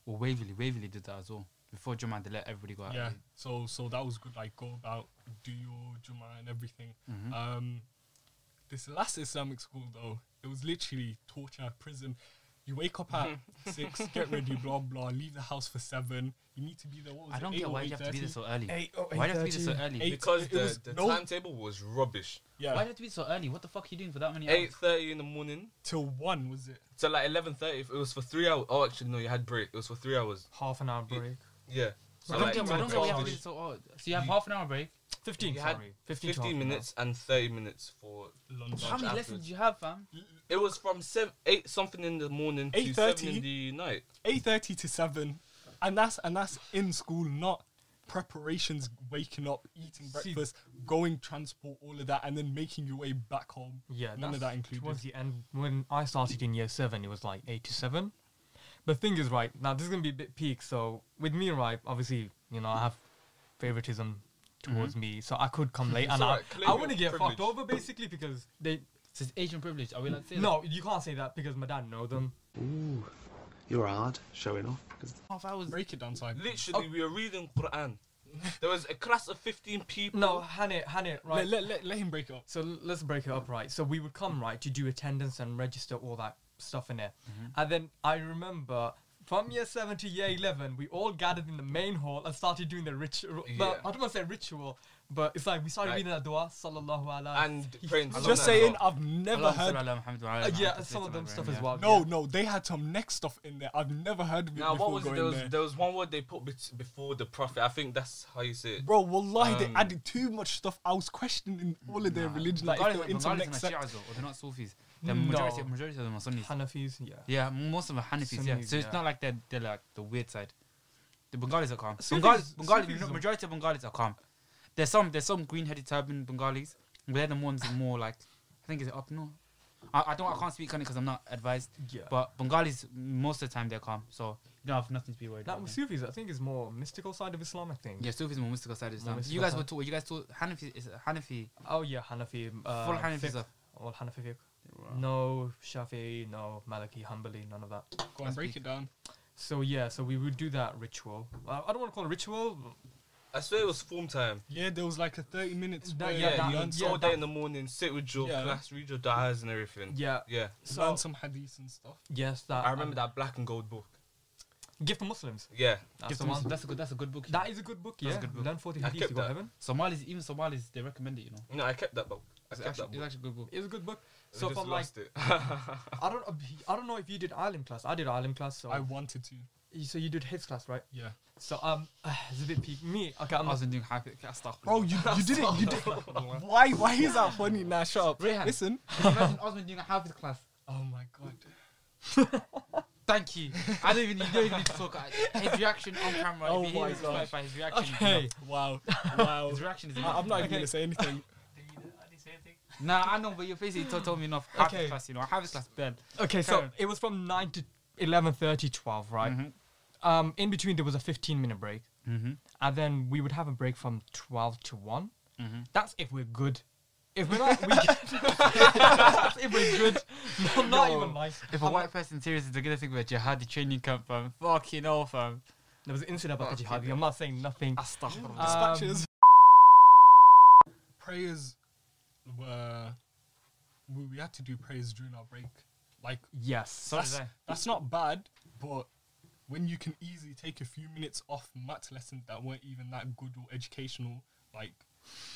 B: Well, Waverley, Waverley did that as well. Before Jermaine let everybody go out.
D: Yeah. So so that was good. Like go about do your Juma and everything.
B: Mhm.
D: Um, this last Islamic school though, it was literally torture, prison. You wake
B: <laughs>
D: up at six, get ready, blah blah. Leave the house for seven. You need to be there. What was
B: I don't
D: it,
B: get
D: eight
B: why
D: or
B: you have to be there
D: 8:30?
B: so early.
F: Eight oh,
B: Why do you have to be there so
F: 8:30.
B: early?
D: Eight-
E: because
D: it
E: the,
D: was
E: the
D: no-
E: timetable was rubbish.
D: Yeah.
B: Why do you have to be so early? What the fuck are you doing for that many hours?
E: Eight thirty in the morning
D: Till one was it?
E: to like eleven thirty. It was for three hours. Oh, actually no, you had break. It was for three hours.
C: Half an hour break.
E: Yeah. So
B: I don't
E: like,
B: get, I don't get why you have to be
E: you
B: there so early. So you have half an hour break.
C: 15,
E: had
C: sorry. 15, to half
E: fifteen
C: an hour.
E: minutes and thirty minutes for.
D: London.
B: How many lessons did you have, fam?
E: It was from seven, eight something in the morning to
D: 8:30?
E: seven in the night.
D: Eight thirty to seven, and that's and that's in school, not preparations, waking up, eating
C: See-
D: breakfast, going transport, all of that, and then making your way back home.
C: Yeah,
D: none of that
C: that's
D: included.
C: Towards the end, when I started in year seven, it was like eight to seven. But thing is, right now this is gonna be a bit peak. So with me, right, obviously, you know, I have favoritism towards
D: Mm-hmm.
C: me, so I could come late,
E: <laughs> It's
C: and I,
E: alright, claim
C: I
E: your
C: wouldn't get
E: privilege.
C: fucked over basically because they.
B: So it's Asian privilege. Are we allowed to say that?
C: No, you can't say that because my dad know them.
G: You're hard, showing off.
B: Half hours.
D: Break it down, side.
E: Literally,
C: Oh.
E: we were reading Quran. there was a class of fifteen people.
C: No, Hanit, Hanit, right?
D: Let, let, let, let him break it up.
C: So l- let's break it up, right? So we would come, right, to do attendance and register all that stuff in there. And then I remember from year seven to year 11, we all gathered in the main hall and started doing the ritual. But
E: Yeah.
C: I don't want to say ritual, but it's like we started
E: Like-
C: reading that dua, sallallahu alaihi. <laughs>
E: And praying. to
D: Just
E: Sunnah
D: saying,
E: as well.
D: I've never heard.
C: Uh, yeah, some of them stuff as well.
D: No,
C: yeah.
D: no, they had some next stuff in there. I've never heard of it
E: Now,
D: before
E: what was it?
D: going
E: There was,
D: there.
E: there was one word they put bet- before the prophet. I think that's how you say it.
D: Bro, wallahi, they
E: Um,
D: added too much stuff. I was questioning all of their religion. Like, if they were into next sect-
B: or they're not Sufis. The
C: No.
B: majority, majority of them are Sunnis.
C: Hanafis, yeah.
B: Yeah, most of them are Hanafis. Yeah,
C: Sunnis,
B: so it's
C: yeah.
B: not like they're they're like the weird side. The Bengalis are calm.
C: Sufis-
B: Bengalis, Bengalis,
C: Sufism.
B: majority of Bengalis are calm. There's some there's some green-headed turban Bengalis, but they're the ones that more like I think is it up north. I, I don't I can't speak on it because I'm not advised.
C: Yeah.
B: But Bengalis most of the time they're calm, so you don't have nothing to be worried
C: That
B: about.
C: with
B: them.
C: Sufis, I think, is more mystical side of Islam, I think.
B: Yeah, Sufism more mystical side is Islam. You
C: More mystical
B: guys
C: side.
B: were taught. You guys taught Hanafi is Hanafi.
C: Oh, yeah, Hanafi. Uh,
B: full Hanafi
C: fiqh,
B: stuff.
C: All Hanafi fiqh. No Shafi, no Maliki, Hanbali, none of that.
D: Go on, break it down.
C: So yeah, so we would do that ritual. Uh, I I don't want to call it ritual.
E: I swear it was form time.
D: Yeah, there was like a 30 minutes.
C: That- yeah,
D: where you
C: that-
E: you
D: learned
E: all
C: yeah,
E: day in the morning, sit with your
D: Yeah.
E: class, read your diaries and everything.
C: Yeah.
E: Yeah.
D: some, learned
C: So
D: some hadiths and stuff.
C: yes, that um,
E: I remember that black and gold book.
C: Gift for Muslims.
E: Yeah.
C: That's
B: That's,
C: the one.
B: that's a good. That's a good book.
C: That is a good book. Yeah,
B: That's a good book.
C: learn forty
E: I
C: hadiths
E: kept
C: you go
E: that.
C: heaven.
B: Somalis, even Somalis, they recommend it. You know,
E: No, I kept that book. I
B: it's
E: kept
B: actually,
E: that
B: it's
E: book.
B: actually a good book.
C: It's a good book.
E: I
C: So
E: just
C: from like
E: lost it.
C: I don't I don't know if you did Island class. I did Island class. So
D: I wanted to.
C: so you did his class right?
D: Yeah.
C: So um, <sighs> it's a bit peak. Me okay. I'm
B: I
C: not,
B: wasn't doing happy. Astaghfirullah.
D: Bro, you, you did it. You <laughs> did Why, why is that funny? Nah, shut up.
B: Rehan.
D: Listen.
B: Imagine Osman doing a Hafiz class.
D: Oh my god.
B: Thank you. I don't even, you don't even need to talk. I- His reaction on camera.
D: Oh
B: if you
D: my
B: hear this
D: gosh.
B: by his reaction. you
C: hey.
B: know,
D: Wow. <laughs> Wow.
B: his reaction is.
D: I,
B: enough.
D: am not even going to say anything.
B: Nah, I know, but your face it told, told me enough. Hafiz
C: Okay.
B: class, you know, Hafiz class bad.
C: Okay, so
B: Karen.
C: it was from nine to 11, 12, right? Um, in between there was a fifteen minute break.
B: Mm-hmm.
C: and then we would have a break from 12 to one
B: Mm-hmm.
C: That's if we're good. If we're not, we
B: <laughs>
C: that's <laughs> if we're good. No, not even like.
B: If a white person seriously, they're gonna think we're jihadi training camp, fam. Fucking hell, fam.
C: There was an incident about the
B: Fuck
C: jihadi. I'm not saying nothing.
B: Astaghfirullah.
D: Dispatches. Um, prayers were. We, we had to do prayers during our break. Like,
C: Yes.
B: So did
D: that's,
B: I.
D: that's not bad, but when you can easily take a few minutes off math lessons that weren't even that good or educational, like,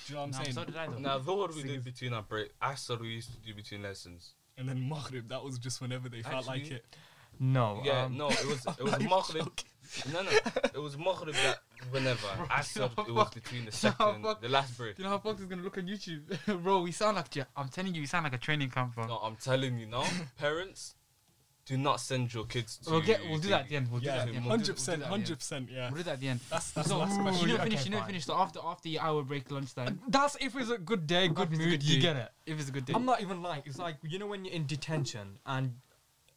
D: do you know what I'm
B: Nah,
D: saying?
B: so did I though.
E: now, though what we did between our break, I saw we used to do between lessons.
D: and then Maghrib, that was just whenever they felt like
E: Actually-
D: it.
C: no.
E: Yeah,
C: um,
E: no, it was
B: <laughs>
E: it was Maghrib. No, no, it was Maghrib that
B: <laughs>
E: whenever I saw
B: how
E: it was
B: fuck-
E: between
B: <laughs>
E: the
B: you know how
E: second,
B: fuck-
E: the last break.
B: You know how Fox is gonna look on YouTube, <laughs> bro? We sound like jih- I'm telling you, we sound like a training camp, bro.
E: No, I'm telling you
B: <laughs>
E: now, parents, do not send your kids to.
B: We'll get, we'll do that at
E: TV.
B: the end. We'll
D: Yeah,
B: do that at the end. We'll do-
D: hundred
B: We'll
D: percent,
B: do that at the
D: hundred
B: end.
D: percent. Yeah,
B: We'll do that at the end.
D: that's that's
B: So,
D: last
B: you
D: question.
B: didn't
C: okay,
B: finish. You didn't
C: fine.
B: finish. So after after your hour break, lunchtime,
C: That's if it's a good day,
B: If
C: good
B: it's a
C: mood.
B: good
C: you
B: day.
C: get it.
B: if it's a good day.
C: I'm not even like. It's like you know when you're in detention and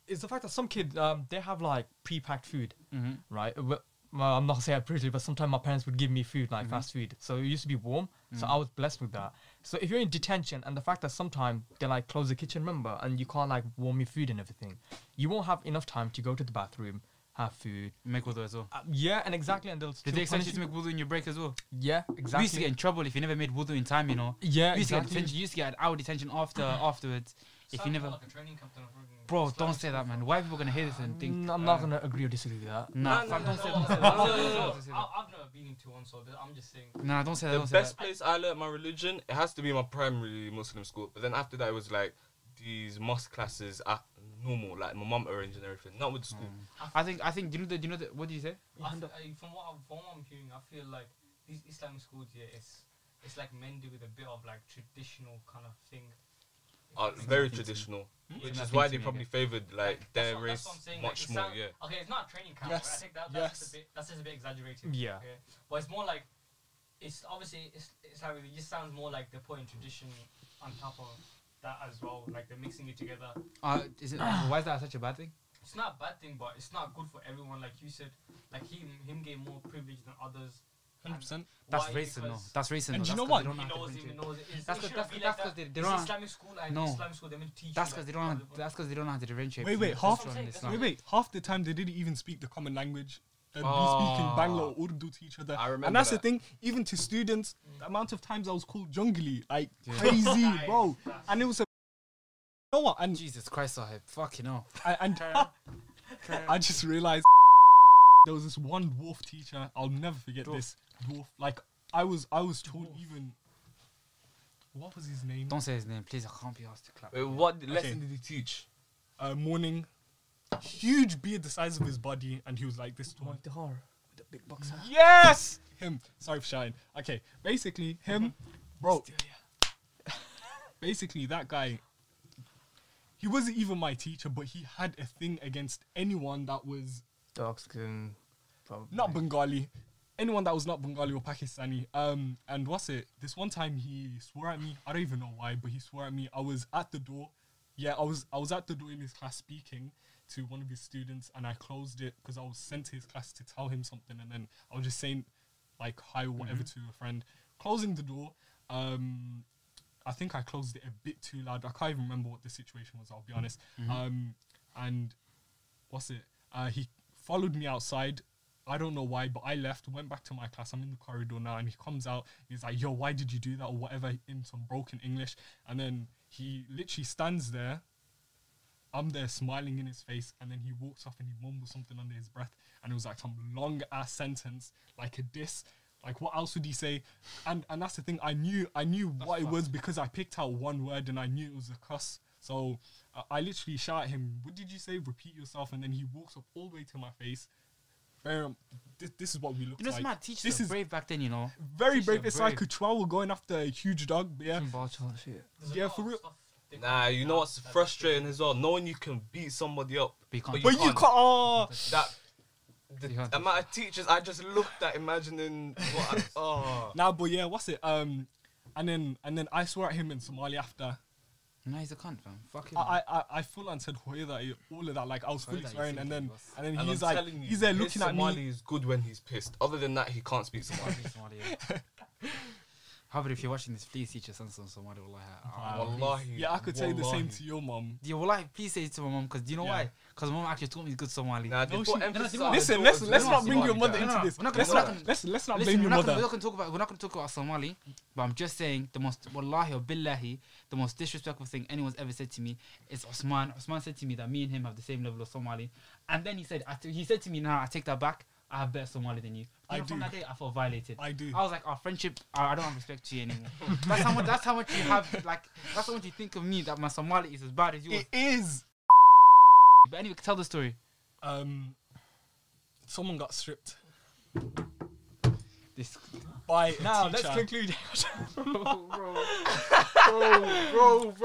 C: it's the fact that some kids um they have like pre-packed food.
B: Mhm.
C: right? Well, well, I'm not saying I appreciate it, but sometimes my parents would give me food like
B: Mm-hmm.
C: fast food. So it used to be warm, so I was blessed with that. So if you're in detention and the fact that sometimes they like close the kitchen, remember, and you can't like warm your food and everything, you won't have enough time to go to the bathroom, have food.
B: Make wudu as well.
C: Uh, yeah, and exactly, and they'll
B: Did
C: still
B: they expect
C: punish
B: you to make wudu in your break as well?
C: Yeah,
B: We used to
C: exactly.
B: get in trouble if you never made wudu in time, you know.
C: yeah,
B: You used to get
C: exactly.
B: detention. You used to get an hour detention after afterwards if you never.
H: Like a training camp then I've written-
B: Bro, don't say that, man. Why are people gonna hear this and think? uh,
C: Mm, I'm not gonna agree or disagree with that.
B: Nah,
E: No,
B: fuck,
E: no,
B: don't
E: no,
B: say
E: no,
B: don't say that.
E: no, no,
B: don't say
E: no,
B: that,
E: no.
B: don't say
H: <laughs>
B: that.
H: I- I've never been into one, so I'm just saying.
B: Nah, don't say that.
E: The
B: Don't say
E: best
B: that.
E: place I learned my religion, it has to be my primary Muslim school. But then after that, it was like these mosque classes at normal, like my mum arranged and everything, not with the school.
B: I think. I think. Do you know the? Do you know the? What did you say?
H: I f- I- from what I'm, from what I'm hearing, I feel like these Islamic schools, yeah, it's it's like mended with a bit of like traditional kind of thing.
E: Are Uh, very traditional, which is why they probably favoured like
H: that's
E: their
H: what- that's
E: race
H: what I'm saying, like,
E: much
H: it
E: more.
H: sound-
E: Yeah.
H: Okay, it's not a training camp.
D: Yes,
H: Right? I think that, that's just a
D: yes.
H: bit that's just a bit exaggerated.
C: Yeah.
H: Okay? But it's more like it's obviously it's it's like it just sounds more like they're putting tradition on top of that as well. Like they're mixing it together.
B: Uh, is it? why is that such a bad thing?
H: It's not a bad thing, but it's not good for everyone. Like you said, like him him getting more privilege than others.
D: Hundred percent.
B: That's
H: Why?
B: racist. No,
H: Because-
B: that's racist.
D: And
B: no.
D: do
B: That's
D: you know
B: 'cause
D: what?
B: they don't
H: He
B: have the
H: knows him. He
B: ability.
H: knows it. It's,
B: That's
H: it
B: the-
H: should
B: that's
H: be
B: the-
H: like
B: that's
H: that.
B: the- they
H: It's
B: don't-
H: Islamic school and
B: No.
H: Islamic school. They meant to teach.
B: That's
H: you,
B: because
H: like,
B: they don't. Have,
H: how to-
B: that's because they don't know how to differentiate.
D: Wait,
B: between
D: wait,
B: the
D: half-
B: culture and Islam.
D: Wait, wait. Half the time they didn't even speak the common language. They'd be
B: Ah.
D: speaking Bangla or Urdu to each other.
E: I
D: and
E: remember
D: that's
E: that.
D: the thing, even to students, the amount of times I was called jungly, like crazy,
H: Nice.
D: bro. And it was a. You know what? And,
B: Jesus Christ, I fucking hell.
D: and, and <laughs> I just realized <laughs> there was this one dwarf teacher. I'll never forget this dwarf. Like I was, I was told even. What was his name?
B: Don't say his name, please. I can't be asked to clap.
E: Wait, what lesson did he teach?
D: Uh, morning, huge beard the size of his body, and he was like this tall. Yes, him. Sorry for shouting. Okay, basically him, bro. Basically that guy. He wasn't even my teacher, but he had a thing against anyone that was
C: Dark skin, probably.
D: not Bengali. Anyone that was not Bengali or Pakistani. Um, and what's it? This one time he swore at me. I don't even know why, but he swore at me. I was at the door. Yeah, I was I was at the door in his class speaking to one of his students, and I closed it because I was sent to his class to tell him something, and then I was just saying like hi or whatever to a friend, closing the door. Um, I think I closed it a bit too loud. I can't even remember what the situation was. I'll be honest. Um, and what's it? Uh, he followed me outside. I don't know why, but I left, went back to my class. I'm in the corridor now, and he comes out. He's like, "Yo, why did you do that?" or whatever in some broken English. And then he literally stands there. I'm there smiling in his face, and then he walks off and he mumbles something under his breath, and it was like some long ass sentence, like a diss. Like what else would he say? And and that's the thing. I knew I knew what it was because I picked out one word and I knew it was a cuss. So I I literally shout at him, "What did you say? Repeat yourself!" And then he walks up all the way to my face. Um, this, this is what we look
B: It doesn't
D: like.
B: matter. Teach
D: this
B: the
D: is
B: brave back then, you know.
D: very
B: teach the
D: brave. It's like a
B: brave.
D: chihuahua going after a huge dog. but Yeah,
B: Hmm.
H: There's a
D: Yeah,
H: lot
D: for
H: of
D: real.
H: stuff they
E: Nah,
H: can't
E: you
H: do
E: know
H: now
E: what's
H: that's-
E: frustrating as well? Knowing you can beat somebody up,
B: But you can't.
D: but you can't. Oh,
E: That the
B: You can't do
E: amount of teachers I just looked at, imagining what. I, oh,
D: now, but yeah, what's it? Um, and then and then I swore at him in Somali after.
B: No, he's a cunt, fam. Fucking.
D: I I, I- I full on said "Hoyda," all of that. Like I was fully
B: Hoyda, you
D: swearing,
B: said
D: and
B: it
D: then
B: was.
D: and then
E: and
D: he's
E: I'm
D: like
E: telling you,
D: he's there
E: his
D: looking at
E: Somali
D: me.
E: is good when he's pissed. Other than that, he can't
B: <laughs>
E: speak Somali.
B: However, if you're watching this, please teach your son some Somali. Wallahi.
E: <laughs>
B: Ah, please.
E: Wallahi.
D: Yeah, I could say the same
E: wallahi.
D: to your mom.
B: Yeah, wallahi, please say it to my mom because do you know
D: Yeah.
B: why? Because my mom actually taught me good Somali.
E: Nah, they
D: No,
E: put
D: she-
E: emphasis
B: no,
E: on
D: Listen,
E: the
D: let's
E: doors,
D: let's
E: you
B: no,
E: know,
D: not bring your
E: Somali
D: mother
E: guy.
B: No,
D: into
B: no,
D: this.
B: we're not gonna
D: Let's
B: do
D: not
B: that.
D: let's let's not
B: Listen,
D: blame
B: we're
D: your
B: not, gonna, we're
D: mother.
B: not gonna talk about we're not gonna talk about Somali, but I'm just saying the most wallahi or billahi the most disrespectful thing anyone's ever said to me is Osman. Osman said to me that me and him have the same level of Somali, and then he said I t- he said to me now I take that back. I have better Somali than you.
D: I
B: From
D: do.
B: that day, I felt violated.
D: I do.
B: I was like, our friendship, I I don't have respect to you anymore. that's how much. That's how much you have. Like, that's how much you think of me. That my Somali is as bad as yours.
D: It is
B: but anyway, tell the story.
D: um, someone got stripped
B: This
D: by a
C: Now
D: teacher.
C: let's conclude.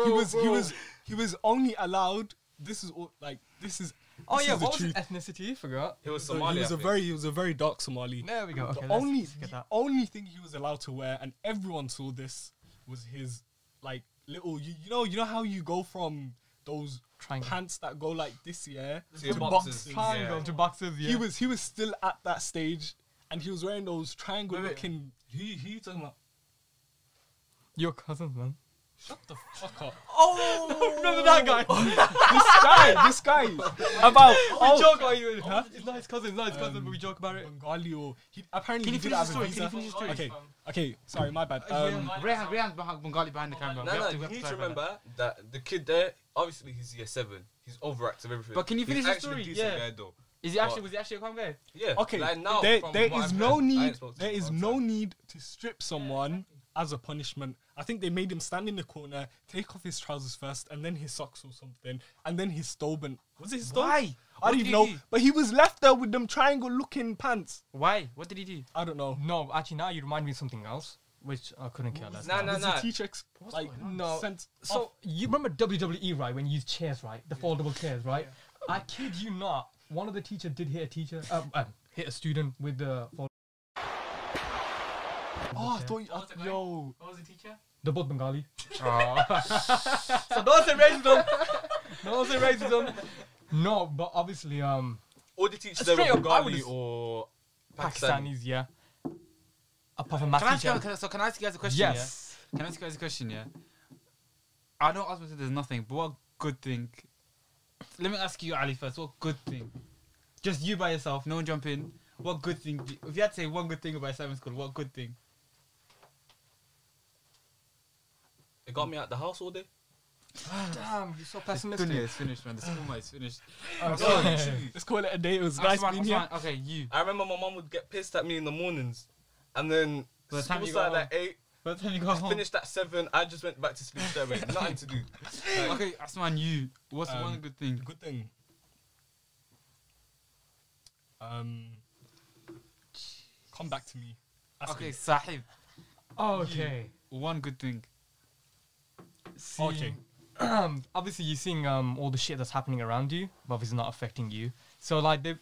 D: he was he was he was only allowed. This is all like this is.
C: oh
D: this
C: yeah,
D: is the
C: what was his
D: truth.
C: ethnicity? Forgot.
E: He was
D: So
E: Somali.
D: he
E: I
D: was a
E: think.
D: very he was a very dark Somali.
C: There we go. Okay,
D: the
C: let's
D: only
C: skip
D: the
C: that.
D: only thing he was allowed to wear, and everyone saw this, was his like little. You, you know you know how you go from those
C: Triangle.
D: pants that go like this, yeah,
E: To your
D: to
E: boxes.
D: boxes.
C: Triangle
E: Yeah.
C: to boxes. Yeah.
D: He was he was still at that stage, and he was wearing those triangle looking.
E: Who who you talking about?
C: your cousin, man.
D: Fuck up.
C: Oh, <laughs> remember that guy?
E: <laughs>
D: this guy, this guy, about
C: we joke about you. Huh? It's not his cousin. It's not his cousin,
D: Um,
C: but we joke about it.
D: Bengali or he apparently
B: Can
D: he
B: you
D: did
B: finish
D: have
B: the
D: a
B: story? Can
D: visa.
B: you finish the story?
E: Oh,
D: Okay, okay, sorry, my bad. Um,
B: Rehan, Rehan's behind- Bengali behind the camera.
E: No,
B: We
E: no,
B: have to- we
E: you
B: have to
E: need to
B: clarify that.
E: remember that the kid there, obviously he's year seven. He's overactive, everything.
B: But can you
E: He's
B: finish the story?
E: actually a decent
B: Yeah.
E: guy, though.
B: Is he actually? Was he actually a calm guy?
E: Yeah. <laughs>
D: okay,
E: like now,
D: there,
E: from
D: there
E: what
D: is
E: I've
D: no
E: heard, I ain't
D: need.
E: spoke to
D: There
E: him
D: is
E: for a long
D: no
E: time.
D: need to strip someone as a punishment. I think they made him stand in the corner, take off his trousers first, and then his socks or something, and then his stoban. Was it his stoban?
B: Why?
D: I
B: What
D: don't
B: did
D: even
B: he
D: know.
B: do?
D: But he was left there with them triangle-looking pants.
B: Why? What did he do?
D: I don't know.
C: No, actually, now you remind me of something else, which I couldn't care less.
E: Nah,
C: about.
E: nah,
D: Does the
E: nah.
D: teacher ex- like
C: No.
D: sent
C: So you remember WWE, right? When you use chairs, right? The foldable chairs, right? I kid you not. One of the teacher did hit a teacher, um, um, hit a student with the fold-
D: Oh, I thought you,
H: What's the guy?
D: yo.
H: What was the teacher?
C: the both Bengali. so don't say racism.
B: <laughs>
C: <laughs> don't say racism. No, but obviously, um,
E: All the teachers there
C: Straight
E: were
C: up, I
E: Bengali
C: would've-
E: or Pakistani.
C: Pakistanis, yeah. Apart from math
B: Can I ask you,
C: teacher.
B: can I- so can I ask you guys a question? yeah?
C: Yes.
B: Can I ask you guys a question? Yeah. I know Osman said there's nothing, but what good thing? Let me ask you, Ali, first. What good thing? Just you by yourself, no one jump in. What good thing? do- If you had to say one good thing about Simon School, what good thing?
E: They got me out the house all day.
C: Damn, you're so
B: Dunya
C: pessimistic.
B: is finished, man. The school mate is finished.
D: Let's call it a day. It was nice
B: Osman,
D: being here.
B: Osman, okay, you.
E: I remember my mum would get pissed at me in the mornings, and then
B: By the time
E: school
B: you
E: started
B: got
E: at eight.
B: By the time you go home.
E: Finished at seven. I just went back to sleep
B: <laughs>
E: straight away. Nothing to do.
B: Okay, Osman, you. What's
D: Um,
B: one good thing?
D: Good thing. Um, come back to me. Ask
B: Okay,
D: me.
B: Sahib. Oh,
C: Okay.
B: One good thing.
D: Okay.
C: um, obviously you're seeing um, all the shit that's happening around you, but obviously not affecting you. So like they,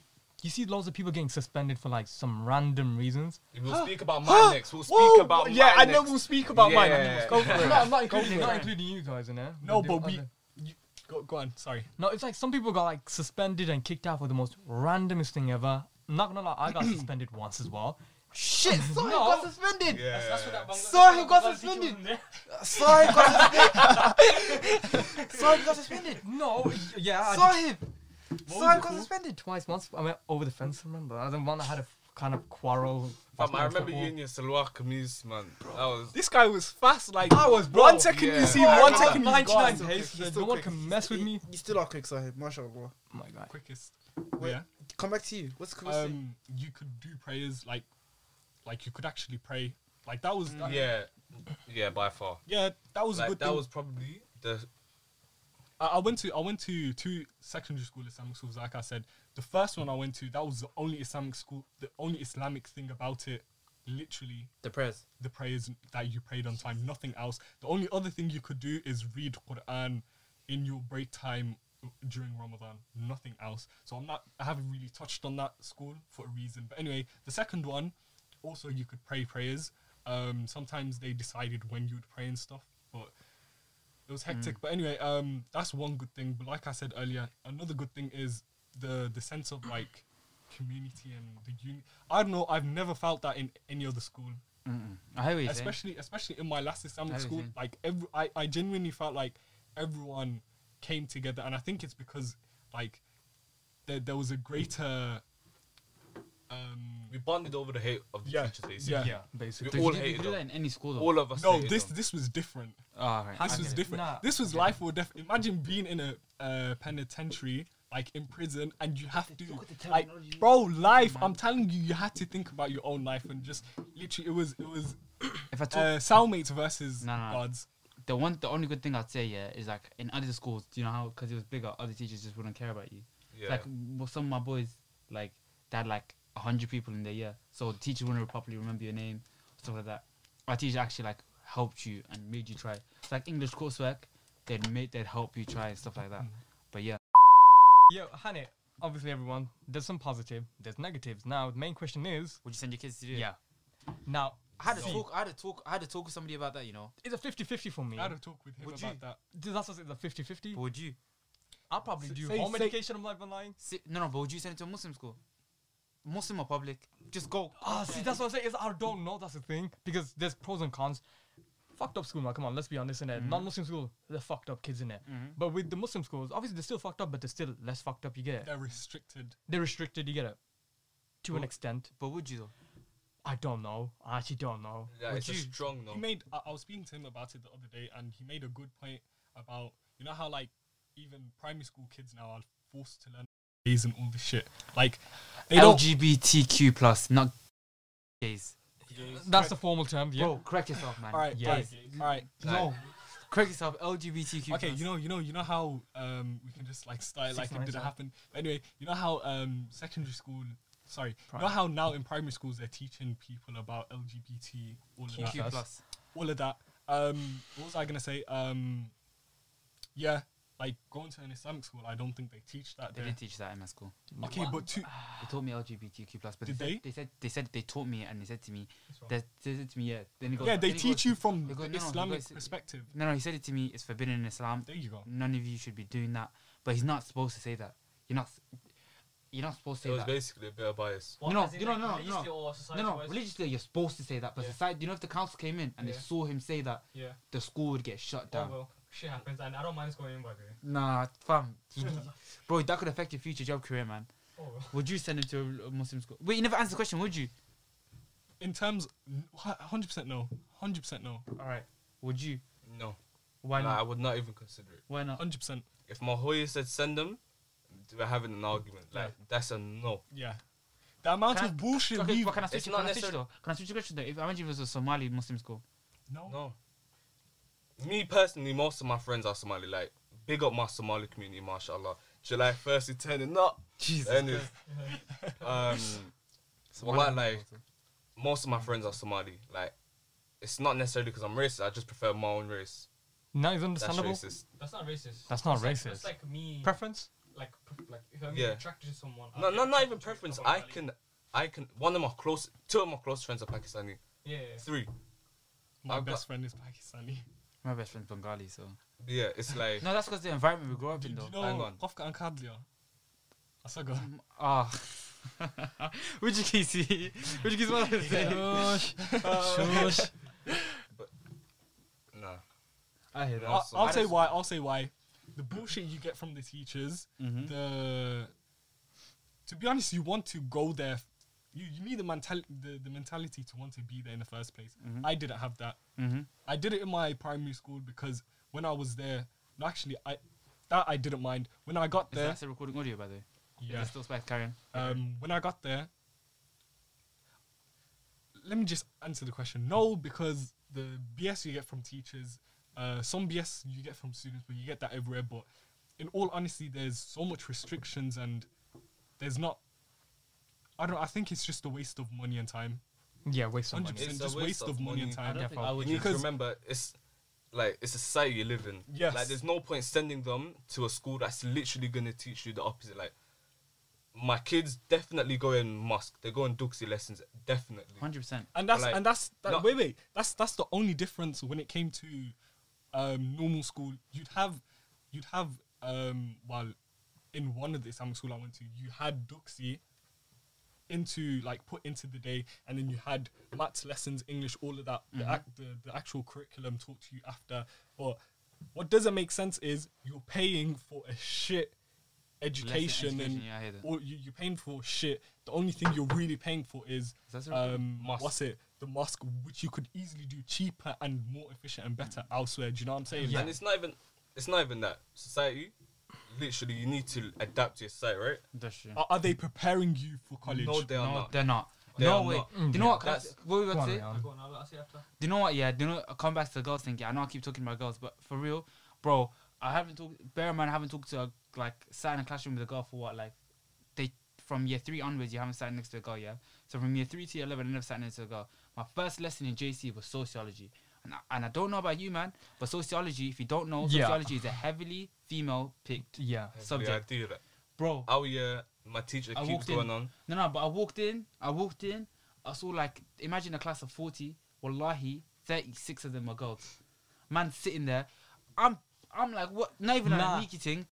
C: you see loads of people getting suspended for like some random reasons.
E: We'll speak about my next. We'll speak about
D: yeah,
E: my
D: I know
E: next.
D: we'll speak about mine. I know
E: Yeah.
D: we'll speak about
C: not, not including,
D: including-
C: not including you guys in there.
D: No,
C: the
D: but we.
C: other-
D: You, go, go on. Sorry.
C: No, it's like some people got like suspended and kicked out for the most randomest thing ever. Not gonna lie,
B: <clears throat>
C: I got suspended once as well.
D: <laughs>
B: Shit, Sahib got suspended.
E: Yeah.
H: That's what that Bengali.
B: So he
H: that's what
B: got
H: Bengali teacher
B: suspended.
H: wasn't there.
B: Sahib got suspended.
D: <laughs>
B: Sahib got suspended.
C: No, y- yeah, I did
B: Sahib. Sahib got
C: it
B: suspended.
C: twice. Once I went over the fence. Remember, I was one I had a kind of quarrel.
E: Fam, I remember you in your salwar kameez, man. That was.
D: This guy was fast. Like
C: I was bro.
D: one second
E: yeah.
D: you see,
E: Oh,
D: one
E: I
D: second you gone.
C: 99 days.
F: He's
C: no
F: still
C: one
F: quick.
C: can mess with me.
F: You still are quick, Sahib. MashaAllah.
C: Oh my god.
D: Quickest.
F: Wait,
D: Yeah.
F: Come back to you. What's the quickest thing?
D: Um, you could do prayers like, like you could actually pray. Like that was. that-
E: Mm. Yeah. Yeah, by far.
D: Yeah, that was a
E: Like
D: good
E: that
D: thing.
E: was probably the
D: I, I went to I went to two secondary school Islamic schools. Like I said, the first one I went to that was the only Islamic school, the only Islamic thing about it, literally
B: The prayers.
D: the prayers that you prayed on time, nothing else. The only other thing you could do is read Quran in your break time during Ramadan, nothing else. So I'm not I haven't really touched on that school for a reason. But anyway, the second one, also you could pray prayers. Um, sometimes they decided when you'd pray and stuff, but it was hectic. But anyway, um, that's one good thing. But like I said earlier, another good thing is the the sense of like community and the uni. I don't know. I've never felt that in any other school
B: I hear what you're saying.
D: especially especially in my last Islamic
B: Very
D: school,
B: true.
D: like every, I, I genuinely felt like everyone came together, and I think it's because like there, there was a greater um
E: we bonded over the hate of the
D: Yeah.
E: teachers. Basically.
D: Yeah.
C: Yeah,
E: We
C: basically.
E: all
B: you,
E: hated
B: do that
E: them.
B: in any school though.
E: All of us.
D: no
E: hated
D: this
E: them.
D: this was different.
B: oh, right.
D: This was
C: it.
D: different.
C: Nah,
D: this was life or death. Imagine being in a uh, penitentiary, like in prison, and you have to, like, bro, life. I'm telling you, you had to think about your own life and just literally, it was, it was
B: If I talk,
D: uh, cellmates versus
B: No, no, no.
D: gods.
B: the one, the only good thing I'd say, yeah, is like in other schools, do you know how? Because it was bigger, other teachers just wouldn't care about you.
E: Yeah.
B: Like well, some of my boys, like they had like hundred people in their year, so the teacher wouldn't properly remember your name, stuff like that. Our teacher actually like helped you and made you try. It's like English coursework, they'd make, they'd help you try and stuff like that. But yeah,
C: Yeah, Hanit, obviously everyone, there's some positive, there's negatives. Now, the main question is,
B: would you send your kids to do?
C: yeah. Now,
B: I had to
C: see,
B: talk. I had to talk. I had to talk with somebody about that. You know,
C: It's a 50-50 for me.
D: I had a talk with him
B: Would
D: about
B: you-
D: that.
C: That's what I said, it's a 50-50.
B: but would you?
C: I'll probably do
D: say-
C: home
D: say-
C: education, I'm not even lying.
B: Si- no, no. But would you send it to a Muslim school? Muslim or public? Just go.
C: Ah, see, that's what I'm saying, is I don't know, that's the thing. Because there's pros and cons. fucked up school, man. Come on, let's be honest. In it,
E: Mm-hmm.
C: non-Muslim school, they're fucked up kids in it. But with the Muslim schools, obviously they're still fucked up, but they're still less fucked up. You get it.
D: They're restricted.
C: They're restricted. You get it. To an
B: Well-
C: extent,
B: But would you though?
C: I don't know. I actually don't know.
E: Yeah,
B: Would
E: it's a
B: you-
E: strong no.
D: He made. I, I was speaking to him about it the other day, and he made a good point about you know how like even primary school kids now are forced to learn gays and all this shit. Like they don't.
B: LGBTQ plus, not gays.
C: That's the formal term. Yeah.
B: Bro, correct yourself, man.
D: all right,
C: Yeah.
D: all right.
B: No, correct yourself. LGBTQ.
D: Okay, you know, you know, you know how um, we can just like start
C: Six
D: like it
C: nines,
D: didn't
C: huh?
D: happen. But anyway, you know how um, secondary school, sorry,
C: Pri-
D: you know how now in primary schools they're teaching people about LGBT, all of that,
B: QQ plus.
D: all of that. Um, what was I gonna say? Um, yeah, like going to an Islamic school, I don't think they teach that.
B: They
D: there.
B: didn't teach Ah, that in my school.
D: Okay, but two.
B: They taught me LGBTQ plus, but
D: Did
B: they, said, they
D: they?
B: said they said they taught me and they said to me that they said to me yeah. Then he goes,
D: Yeah,
B: then
D: they
B: he goes-
D: teach you from
B: they go,
D: the
B: "No, no, you
D: Islamic
B: guys-
D: perspective.
B: No, no, he said it to me. It's forbidden in Islam.
D: There you go.
B: None of you should be doing that. But he's not supposed to say that. You're not. s- You're not supposed to
E: It
B: say
E: was
B: that.
E: basically a bit of bias.
H: What,
B: no,
H: as in,
B: you know,
H: like,
B: no, no,
H: religiously
B: no.
H: Or society
B: No, no, religiously you're supposed to say that, but
D: Yeah.
B: society, you know, if the council came in and they
D: Yeah.
B: saw him say that,
D: Yeah.
B: the school would get shut
H: Oh,
B: down.
H: well, shit happens, and I don't mind uh, going in by the way.
B: Nah, fam, bro, that could affect your future job career, man.
H: Oh, well.
B: Would you send him to a Muslim school? Wait, you never answered the question. Would you?
D: In terms, hundred percent no, hundred percent no,
B: All right. Would you?
E: No,
B: Why
E: Nah, I
B: not?
E: would not even consider it.
B: Why not?
D: hundred percent.
E: If my Hoya said send them, we're having an argument. Like that's a no.
D: Yeah, the amount
B: Can I-
D: of bullshit.
B: Okay,
D: we've-
B: but can I switch?
E: It's
B: Can
E: not
B: I switch
E: necessar-
B: though? Can I switch the question though? If I imagine it was a Somali Muslim school,
D: no.
E: No. Me personally, most of my friends are Somali. Like, big up my Somali community, mashallah. July 1st is turning up. Jesus. um, Somali like, most of my friends are Somali. Like, it's not necessarily because I'm racist. I just prefer my own race.
C: No, it's
E: That's
C: understandable. That's,
E: racist.
H: That's not
C: not
H: racist. That's
C: racist.
H: Like, that's like me,
C: Preference.
H: like, p- like if I'm
E: Yeah.
H: attracted to someone. I'll
E: No,
H: be
E: no, not
H: attracted
E: even
H: to
E: preference.
H: someone
E: I
H: that-
E: can, I can. One of my close, two of my close friends are Pakistani.
H: Yeah.
E: Three.
D: My
E: I've
D: best friend
B: <laughs>
D: is Pakistani.
B: my best friend's Bengali, so
E: Yeah, it's like.
B: no, that's because the environment we grew up in though.
D: No,
E: Hang on.
D: Rafka Ankadlia.
B: <laughs>
D: Asaga.
B: Ah. Which you can see. Which you can see.
D: <laughs>
C: Shush.
D: Uh,
C: Shush.
E: Nah.
B: I hear
E: that.
D: I'll,
E: Awesome.
D: I'll
E: I
D: say
E: just-
D: why. I'll say why. The bullshit you get from the teachers. The. To be honest, you want to go there. f- You, you need the, mental, the, the mentality to want to be there in the first place. I didn't have that. I did it in my primary school because when I was there, no, actually, I that I didn't mind. When I got
B: Is
D: there,
B: that a recording audio, by the way?
D: yeah.
B: It's still spice Karen.
D: Um, when I got there, let me just answer the question. No, because the BS you get from teachers, uh, some BS you get from students, but you get that everywhere. But in all honesty, there's so much restrictions, and there's not. I don't. know, I think it's just a waste of money and time.
C: Yeah, waste some money.
D: Hundred percent,
E: It's a
D: just
E: waste
D: waste
E: of
D: of money and
E: money.
D: time.
B: I don't think I would
E: you need to
D: Because-
E: remember it's like it's a society you live in.
D: Yes.
E: Like there's no point sending them to a school that's literally gonna teach you the opposite. Like my kids definitely go in mosque. They go in Duxi lessons, definitely.
B: 100%.
D: and that's
E: Like,
D: and that's that,
E: no-
D: wait wait that's that's the only difference when it came to um, normal school you'd have you'd have um, well in one of the Islamic school I went to you had duxi into like put into the day and then you had maths lessons English all of that
B: Mm-hmm.
D: the, ac- the the actual curriculum taught to you after but what doesn't make sense is you're paying for a shit education,
B: education,
D: and
B: yeah, I hear that.
D: all you, you're paying for shit the only thing you're really paying for is
B: That's a-
D: um,
E: Mosque.
D: what's it? The mosque, which you could easily do cheaper and more efficient and better elsewhere. Do you know what I'm saying?
E: And it's not even it's not even that. Society, literally you need to adapt to your society, right?
B: That's true.
C: Oh,
D: Are, are they preparing you for college?
E: No they are
B: no,
E: not.
B: they're not.
E: They
B: no
E: are
B: way.
E: not.
B: Do you know what? Can I
E: That's-
B: s- what we were
C: Mm. Go
B: about
C: on,
B: to say?
C: Leon.
H: Go on, I'll, I'll see after.
B: Do you know what? Yeah, do you know? I come back to the girls thing. Yeah, I know I keep talking about girls, but for real, bro, I haven't talked. Bear in mind, I haven't talked to a, like sat in a classroom with a girl for what like they from year three onwards. You haven't sat next to a girl, yeah. So from year three to year eleven, I never sat next to a girl. My first lesson in JC was sociology, and I, and I don't know about you, man, but sociology. If you don't know,
C: Yeah.
B: sociology is a heavily female picked
C: Yeah.
E: Yeah, I
B: subject,
E: do that.
B: bro.
E: Our year my teacher
B: I
E: keeps
B: walked
E: going
B: in.
E: on.
B: No, no, but I walked in. I walked in. I saw like imagine a class of forty. Wallahi, thirty six of them are girls. Man sitting there. I'm I'm like what? Not even
C: Nah.
B: a sneaky thing.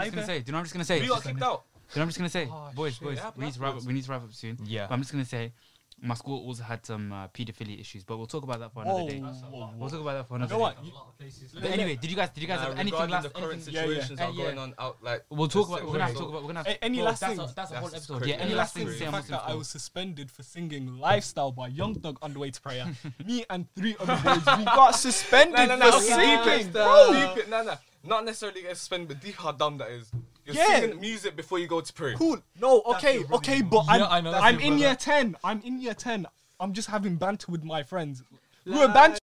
B: I'm just gonna say. Do you know what I'm just gonna say?
E: We
B: Just
E: got kicked out.
B: do you know what I'm just gonna say,
E: Oh,
B: boys,
E: shit,
B: boys,
E: it happened
B: we need to wrap up.
E: afterwards.
B: We need to wrap up soon.
C: Yeah.
B: But I'm just gonna say, My school also had some uh, pedophilia issues, but we'll talk about that for another
D: Whoa,
B: day.
D: whoa,
B: We'll
D: whoa.
B: talk about that for
D: Oh, You
B: another
D: know what?
B: day.
D: You-
H: lot of places.
B: But anyway, did you guys did you guys
E: Now,
B: have anything
E: Uh, regarding
B: last?
E: the current
B: anything-
D: Yeah, yeah.
E: situations that are
B: Uh, yeah.
E: going on out, like
B: We'll talk about.
E: the
B: We're gonna have to
E: civil-
B: talk about. We're gonna. Have,
D: A- any
B: Bro,
D: last
B: that's a,
D: things?
B: that's a
E: That's
B: whole episode.
E: crazy.
B: Yeah, any
E: The
B: last
E: last
B: things?
E: thing
B: to
E: is
B: say
D: The
B: on
D: fact
B: Muslims
D: that I
B: for-
D: was suspended for singing Lifestyle by Young Thug on the way to prayer.
E: <laughs>
D: Me and three other boys, we got suspended
E: No, no, no.
D: for
E: okay,
D: sleeping.
E: deep it, deep it, no, no. Not necessarily get suspended, but deep how dumb that is. You're
D: Yeah.
E: singing music before you go to pray.
D: Cool. No, okay, okay, but I'm,
C: I know, that's
D: I'm
C: your
D: in
C: brother.
D: year 10. I'm in year 10. I'm just having banter with my friends. We were bantering.